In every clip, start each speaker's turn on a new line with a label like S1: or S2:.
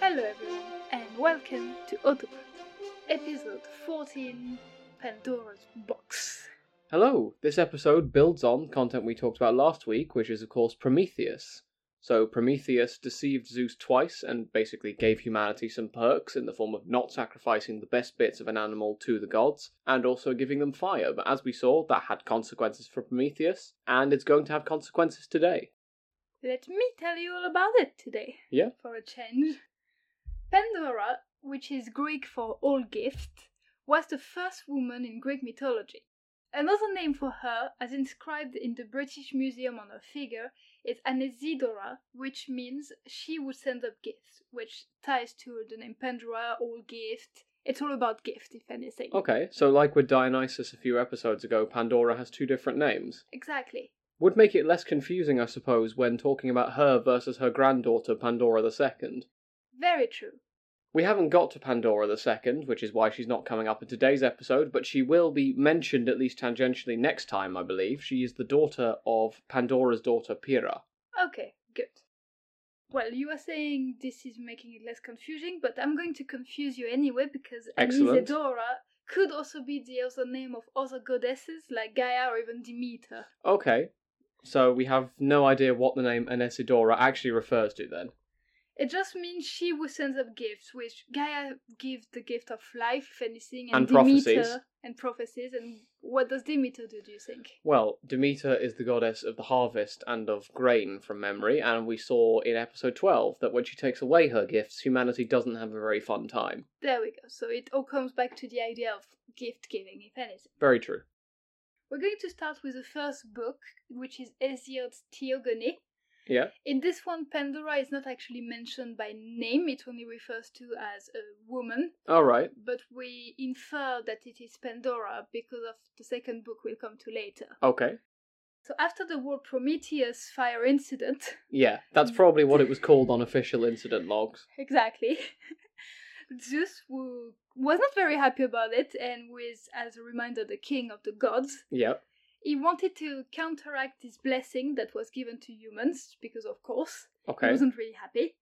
S1: Hello everyone, and welcome to Autopod, episode 14, Pandora's Box.
S2: Hello! This episode builds on content we talked about last week, which is, of course, Prometheus. So, Prometheus deceived Zeus twice and basically gave humanity some perks in the form of not sacrificing the best bits of an animal to the gods and also giving them fire. But as we saw, that had consequences for Prometheus, and it's going to have consequences today.
S1: Let me tell you all about it today.
S2: Yeah.
S1: For a change. Pandora, which is Greek for all gift, was the first woman in Greek mythology. Another name for her, as inscribed in the British Museum on her figure, is Anesidora, which means she would send up gifts, which ties to the name Pandora, all gift. It's all about gift, if anything.
S2: Okay, so like with Dionysus a few episodes ago, Pandora has two different names.
S1: Exactly.
S2: Would make it less confusing, I suppose, when talking about her versus her granddaughter, Pandora the Second.
S1: Very true.
S2: We haven't got to Pandora the Second, which is why she's not coming up in today's episode, but she will be mentioned at least tangentially next time, I believe. She is the daughter of Pandora's daughter Pyrrha.
S1: Okay, good. Well, you are saying this is making it less confusing, but I'm going to confuse you anyway because
S2: Excellent.
S1: Anisidora could also be the other name of other goddesses like Gaia or even Demeter.
S2: Okay, so we have no idea what the name Anesidora actually refers to then.
S1: It just means she who sends up gifts, which Gaia gives the gift of life, if anything,
S2: And
S1: and, Demeter
S2: prophecies.
S1: and prophecies. And what does Demeter do? Do you think?
S2: Well, Demeter is the goddess of the harvest and of grain from memory, and we saw in episode 12 that when she takes away her gifts, humanity doesn't have a very fun time.
S1: There we go. So it all comes back to the idea of gift giving, if anything.
S2: Very true.
S1: We're going to start with the first book, which is Hesiod's Theogony.
S2: Yeah.
S1: In this one, Pandora is not actually mentioned by name, it only refers to as a woman,
S2: Alright.
S1: but we infer that it is Pandora because of the second book we'll come to later.
S2: Okay.
S1: So, after the war Prometheus fire incident,
S2: Yeah, that's probably what it was called on official incident logs.
S1: exactly, Zeus, who was not very happy about it and was, as a reminder, the king of the gods,
S2: Yep.
S1: he wanted to counteract this blessing that was given to humans, because of course, He
S2: Okay.
S1: wasn't really happy.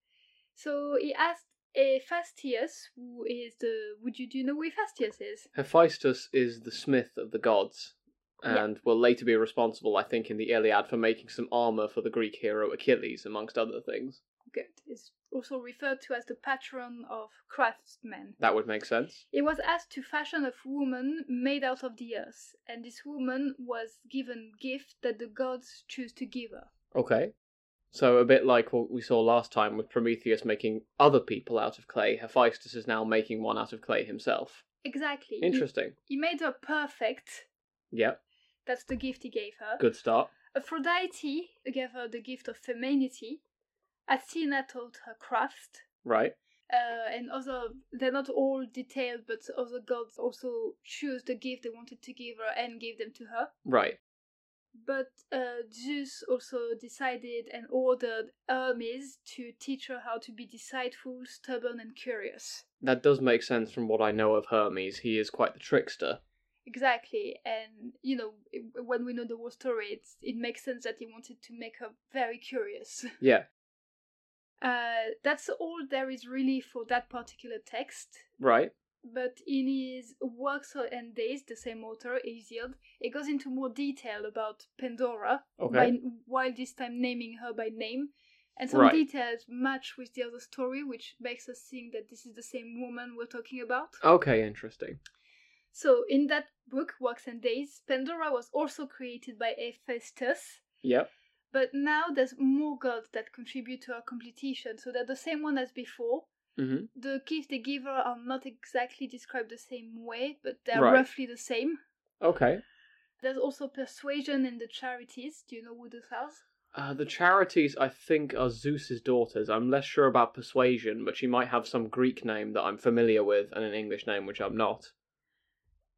S1: So he asked Hephaestus, who is the. Would you do you know who Hephaestus is?
S2: Hephaestus is the smith of the gods,
S1: Yeah.
S2: and will later be responsible, I think, in the Iliad for making some armor for the Greek hero Achilles, amongst other things.
S1: Good. Is also referred to as the patron of craftsmen.
S2: That would make sense.
S1: He was asked to fashion a woman made out of the earth, and this woman was given gift that the gods choose to give her.
S2: Okay. So a bit like what we saw last time with Prometheus making other people out of clay, Hephaestus is now making one out of clay himself.
S1: Exactly. He-
S2: Interesting.
S1: He, made her perfect.
S2: Yep.
S1: That's the gift he gave her.
S2: Good start.
S1: Aphrodite gave her the gift of femininity. Athena taught her craft.
S2: Right.
S1: uh, and other they're not all detailed but other gods also choose the gift they wanted to give her and gave them to her
S2: Right.
S1: but uh, zeus also decided and ordered hermes to teach her how to be deceitful stubborn and curious
S2: That does make sense from what I know of Hermes. He is quite the trickster.
S1: exactly and you know i- when we know the whole story it's, it makes sense that he wanted to make her very curious
S2: Yeah.
S1: uh, that's all there is really for that particular text
S2: Right.
S1: but in his works and days, the same author, Hesiod, he goes into more detail about Pandora,
S2: Okay.
S1: by, while this time naming her by name, and some
S2: Right.
S1: details match with the other story, which makes us think that this is the same woman we're talking about.
S2: Okay, interesting.
S1: So, in that book, Works and Days, Pandora was also created by Hephaestus,
S2: Yep.
S1: but now there's more gods that contribute to her completion, so they're the same one as before,
S2: hmm
S1: the gifts they give her are not exactly described the same way, but they're
S2: Right.
S1: roughly the same.
S2: Okay.
S1: There's also persuasion and the charities. Do you know who those are?
S2: Uh, the charities, I think, are Zeus's daughters. I'm less sure about persuasion, but she might have some Greek name that I'm familiar with and an English name which I'm not.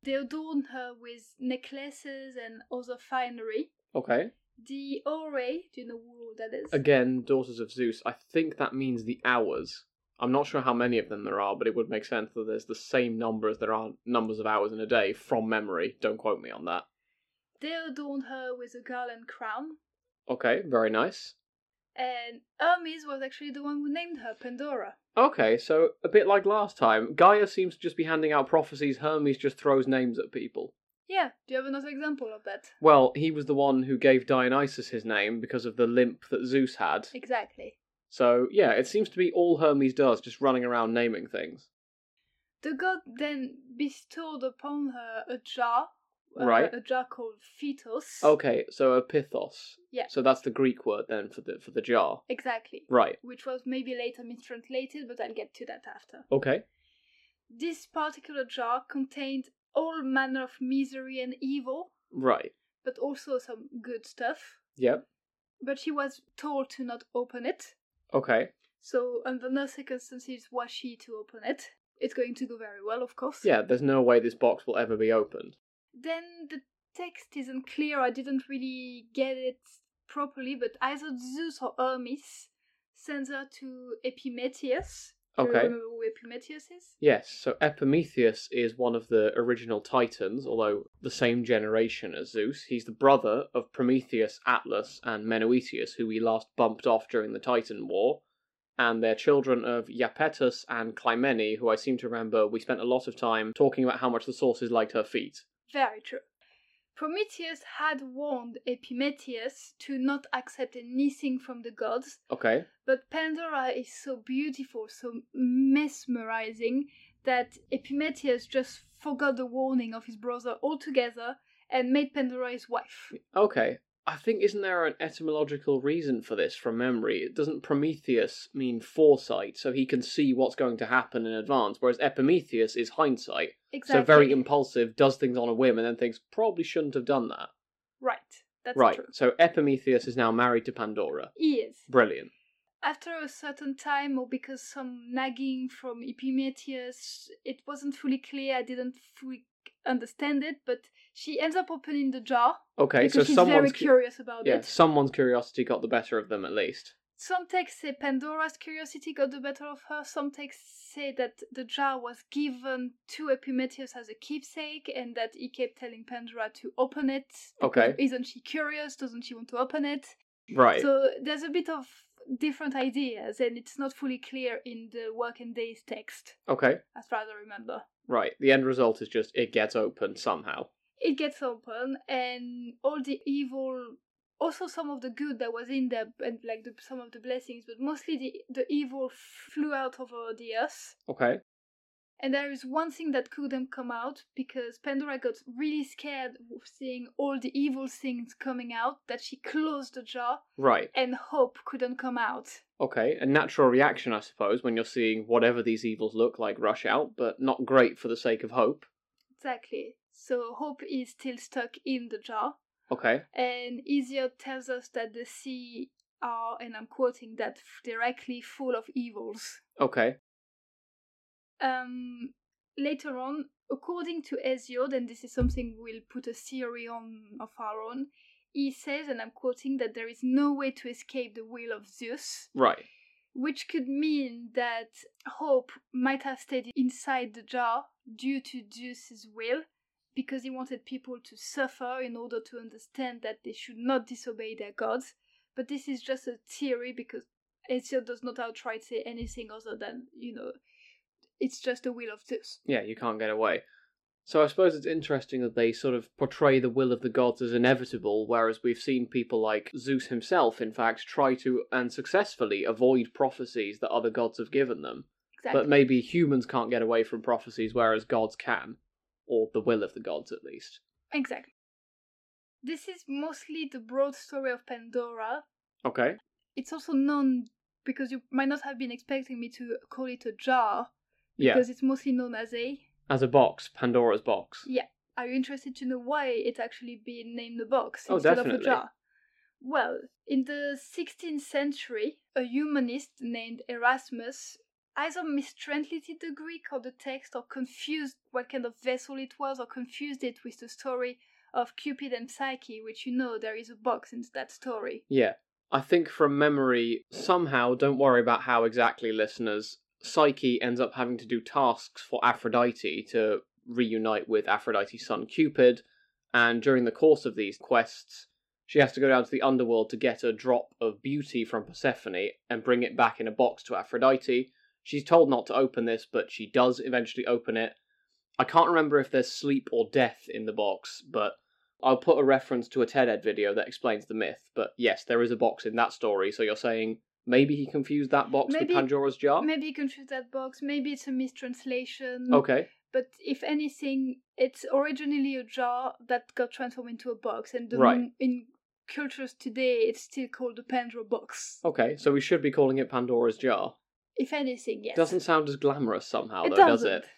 S1: They adorn her with necklaces and other finery.
S2: Okay.
S1: The Ore, do you know who that is?
S2: Again, daughters of Zeus. I think that means the hours. I'm not sure how many of them there are, but it would make sense that there's the same number as there are numbers of hours in a day from memory. Don't quote me on that.
S1: They adorn her with a garland crown.
S2: Okay, very nice.
S1: and Hermes was actually the one who named her Pandora.
S2: Okay, so a bit like last time, Gaia seems to just be handing out prophecies, Hermes just throws names at people.
S1: Yeah, do you have another example of that?
S2: Well, he was the one who gave Dionysus his name because of the limp that Zeus had.
S1: Exactly.
S2: So, yeah, it seems to be all Hermes does, just running around naming things.
S1: The god then bestowed upon her a jar, uh,
S2: Right. Oh,
S1: A jar called Phytos.
S2: Okay, so a pythos.
S1: Yeah.
S2: So that's the Greek word then for the for the jar.
S1: Exactly.
S2: Right.
S1: Which was maybe later mistranslated, but I'll get to that after.
S2: Okay.
S1: This particular jar contained all manner of misery and evil,
S2: Right.
S1: but also some good stuff.
S2: Yep.
S1: But she was told to not open it.
S2: Okay.
S1: So, under no circumstances was she to open it. It's going to go very well, of course.
S2: Yeah, there's no way this box will ever be opened.
S1: Then the text isn't clear. I didn't really get it properly, but either Zeus or Hermes sends her to Epimetheus. Do
S2: Okay.
S1: you remember who Epimetheus is?
S2: Yes, so Epimetheus is one of the original Titans, although the same generation as Zeus. He's the brother of Prometheus, Atlas, and Menoetius, who we last bumped off during the Titan War. And they're children of Iapetus and Clymene, who I seem to remember we spent a lot of time talking about how much the sources liked her feet.
S1: Very true. Prometheus had warned Epimetheus to not accept anything from the gods,
S2: Okay.
S1: but Pandora is so beautiful, so mesmerizing, that Epimetheus just forgot the warning of his brother altogether and made Pandora his wife.
S2: Okay. I think isn't there an etymological reason for this from memory? It doesn't Prometheus mean foresight, so he can see what's going to happen in advance, whereas Epimetheus is hindsight.
S1: Exactly.
S2: So very impulsive, does things on a whim, and then thinks probably shouldn't have done that.
S1: Right. That's
S2: right.
S1: true.
S2: So Epimetheus is now married to Pandora.
S1: He is.
S2: Brilliant.
S1: After a certain time, or because some nagging from Epimetheus, it wasn't fully clear, I didn't fully understand it, but she ends up opening the jar
S2: Okay,
S1: because
S2: so
S1: she's very
S2: someone's cu-
S1: curious about
S2: yeah,
S1: it.
S2: someone's curiosity got the better of them at least.
S1: Some texts say Pandora's curiosity got the better of her, some texts say that the jar was given to Epimetheus as a keepsake and that he kept telling Pandora to open it. because
S2: Okay.
S1: Isn't she curious? Doesn't she want to open it?
S2: Right.
S1: So there's a bit of different ideas, and it's not fully clear in the work and days text,
S2: okay.
S1: as far as I remember.
S2: Right. The end result is just it gets open somehow.
S1: It gets open, and all the evil, also some of the good that was in there, and like the, some of the blessings, but mostly the, the evil flew out over the earth.
S2: Okay.
S1: And there is one thing that couldn't come out because Pandora got really scared of seeing all the evil things coming out that she closed the jar
S2: Right.
S1: and hope couldn't come out.
S2: Okay. A natural reaction, I suppose, when you're seeing whatever these evils look like rush out, but not great for the sake of hope.
S1: Exactly. So Hope is still stuck in the jar.
S2: Okay.
S1: And Hesiod tells us that the sea are, and I'm quoting that f- directly, full of evils.
S2: Okay.
S1: Um, later on, according to Hesiod, and this is something we'll put a theory on of our own, he says, and I'm quoting, that there is no way to escape the will of Zeus,
S2: Right.
S1: which could mean that Hope might have stayed inside the jar due to Zeus's will, because he wanted people to suffer in order to understand that they should not disobey their gods. But this is just a theory because Hesiod does not outright say anything other than, you know, it's just the will of Zeus.
S2: yeah, you can't get away. So I suppose it's interesting that they sort of portray the will of the gods as inevitable, whereas we've seen people like Zeus himself, in fact, try to and successfully avoid prophecies that other gods have given them.
S1: Exactly.
S2: But maybe humans can't get away from prophecies, whereas gods can, or the will of the gods at least.
S1: exactly. This is mostly the broad story of Pandora,
S2: Okay.
S1: it's also known because you might not have been expecting me to call it a jar
S2: Yeah.
S1: because it's mostly known as a.
S2: As a box, Pandora's box.
S1: Are you interested to know why it actually been named a box
S2: Oh,
S1: instead of a
S2: definitely.
S1: jar? Well, in the 16th century, a humanist named Erasmus either mistranslated the Greek or the text or confused what kind of vessel it was or confused it with the story of Cupid and Psyche, which you know there is a box in that story.
S2: Yeah. I think from memory, somehow, don't worry about how exactly, listeners, Psyche ends up having to do tasks for Aphrodite to reunite with Aphrodite's son Cupid, and during the course of these quests, She has to go down to the underworld to get a drop of beauty from Persephone and bring it back in a box to Aphrodite. She's told not to open this, but she does eventually open it. I can't remember if there's sleep or death in the box, but I'll put a reference to a TED Ed video that explains the myth. But yes, there is a box in that story, so you're saying maybe he confused that box
S1: Maybe-
S2: with Pandora's jar?
S1: Maybe you confuse that box. Maybe it's a mistranslation.
S2: Okay.
S1: But if anything, it's originally a jar that got transformed into a box, and the
S2: Right.
S1: m- in cultures today, it's still called the Pandora box.
S2: Okay, so we should be calling it Pandora's jar.
S1: If anything, yes.
S2: Doesn't sound as glamorous somehow,
S1: it
S2: though,
S1: doesn't.
S2: does it?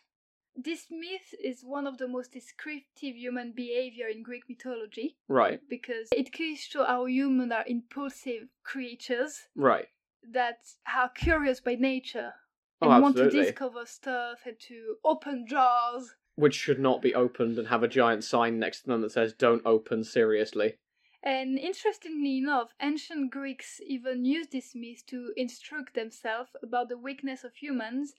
S1: This myth is one of the most descriptive human behavior in Greek mythology
S2: Right,
S1: because it clearly shows how humans are impulsive creatures
S2: right.
S1: that are curious by nature
S2: Oh,
S1: and want to
S2: absolutely.
S1: discover stuff and to open jars.
S2: Which should not be opened and have a giant sign next to them that says, Don't open seriously.
S1: And interestingly enough, ancient Greeks even used this myth to instruct themselves about the weakness of humans,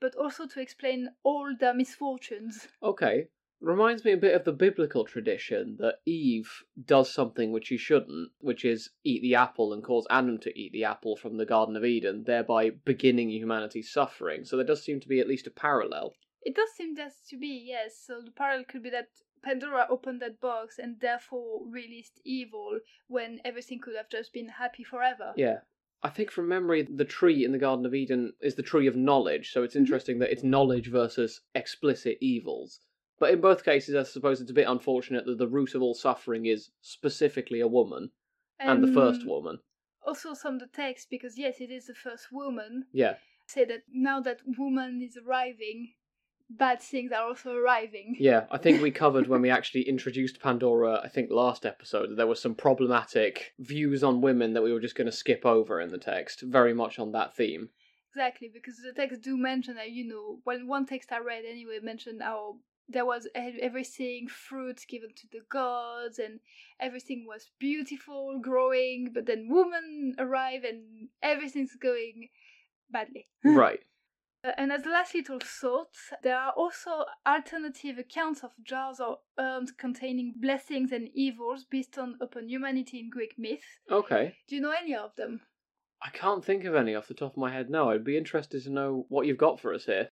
S1: but also to explain all their misfortunes.
S2: Okay, reminds me a bit of the biblical tradition that Eve does something which she shouldn't, which is eat the apple and cause Adam to eat the apple from the Garden of Eden, thereby beginning humanity's suffering. So there does seem to be at least a parallel.
S1: It does seem that to be, yes, so the parallel could be that Pandora opened that box and therefore released evil when everything could have just been happy forever.
S2: Yeah. I think from memory, the tree in the Garden of Eden is the tree of knowledge, so it's
S1: Mhm.
S2: interesting that it's knowledge versus explicit evils. But in both cases, I suppose it's a bit unfortunate that the root of all suffering is specifically a woman, and, the first
S1: And
S2: woman.
S1: Also, some of the text, because yes, it is the first woman,
S2: Yeah,
S1: say that now that woman is arriving, bad things are also arriving.
S2: yeah. I think we covered when we actually introduced Pandora, I think last episode, that there were some problematic views on women that we were just going to skip over in the text, very much on that theme.
S1: Exactly, because the texts do mention that, you know, well, one text I read anyway mentioned how there was e- everything, fruits given to the gods, and everything was beautiful, growing, but then women arrive and everything's going badly.
S2: right.
S1: Uh, And as the last little thought, there are also alternative accounts of jars or urns containing blessings and evils based on upon humanity in Greek myth.
S2: Okay.
S1: Do you know any of them?
S2: I can't think of any off the top of my head now. I'd be interested to know what you've got for us here.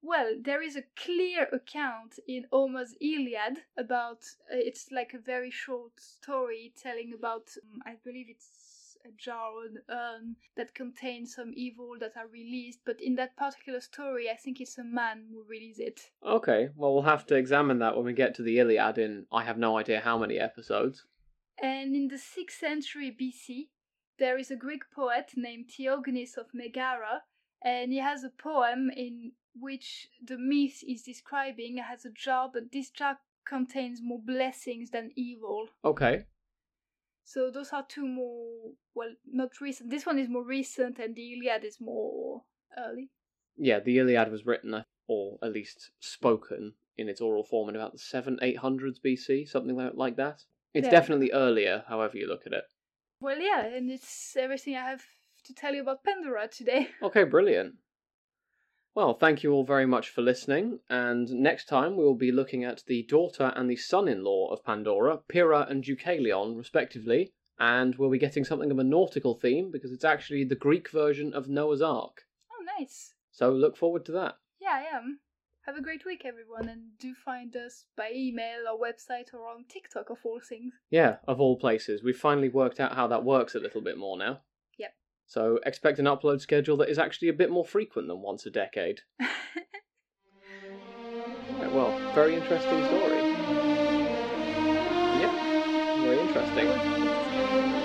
S1: Well, there is a clear account in Homer's Iliad about uh, it's like a very short story telling about um, I believe it's a jar or an urn that contains some evil that are released, but in that particular story, I think it's a man who releases it.
S2: Okay, well, we'll have to examine that when we get to the Iliad in I have no idea how many episodes.
S1: And in the 6th century BC, there is a Greek poet named Theognis of Megara, and he has a poem in which the myth is describing has a jar, but this jar contains more blessings than evil.
S2: Okay,
S1: So those are two more, well, not recent. This one is more recent, and the Iliad is more early.
S2: yeah, the Iliad was written, uh, or at least spoken, in its oral form in about the 7 800s BC, something like- like that. It's
S1: Yeah.
S2: definitely earlier, however you look at it.
S1: Well, yeah, and it's everything I have to tell you about Pandora today.
S2: Okay, brilliant. Well, thank you all very much for listening, and next time we will be looking at the daughter and the son in law of Pandora, Pyrrha and Deucalion, respectively, and we'll be getting something of a nautical theme because it's actually the Greek version of Noah's Ark.
S1: Oh, nice.
S2: So look forward to that.
S1: Yeah, I am. Have a great week, everyone, and do find us by email, our website, or on TikTok, of all things.
S2: Yeah, of all places, we've finally worked out how that works a little bit more now.
S1: Yep.
S2: So expect an upload schedule that is actually a bit more frequent than once a decade. Right, well, very interesting story. Yep, very interesting.
S1: Thank